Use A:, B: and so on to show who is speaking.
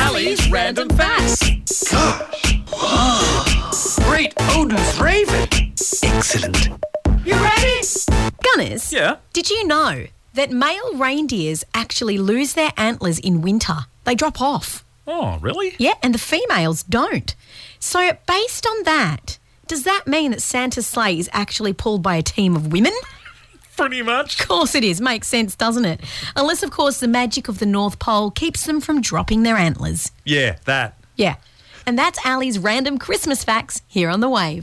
A: Sally's random facts.
B: Gosh. Great Odin's Raven. Excellent.
A: You ready?
C: Gunners,
A: Yeah.
C: did you know that male reindeers actually lose their antlers in winter? They drop off.
A: Oh, really?
C: Yeah, and the females don't. So, based on that, does that mean that Santa's sleigh is actually pulled by a team of women?
A: Pretty much.
C: Of course it is. Makes sense, doesn't it? Unless, of course, the magic of the North Pole keeps them from dropping their antlers.
A: Yeah, that.
C: Yeah. And that's Ali's random Christmas facts here on The Wave.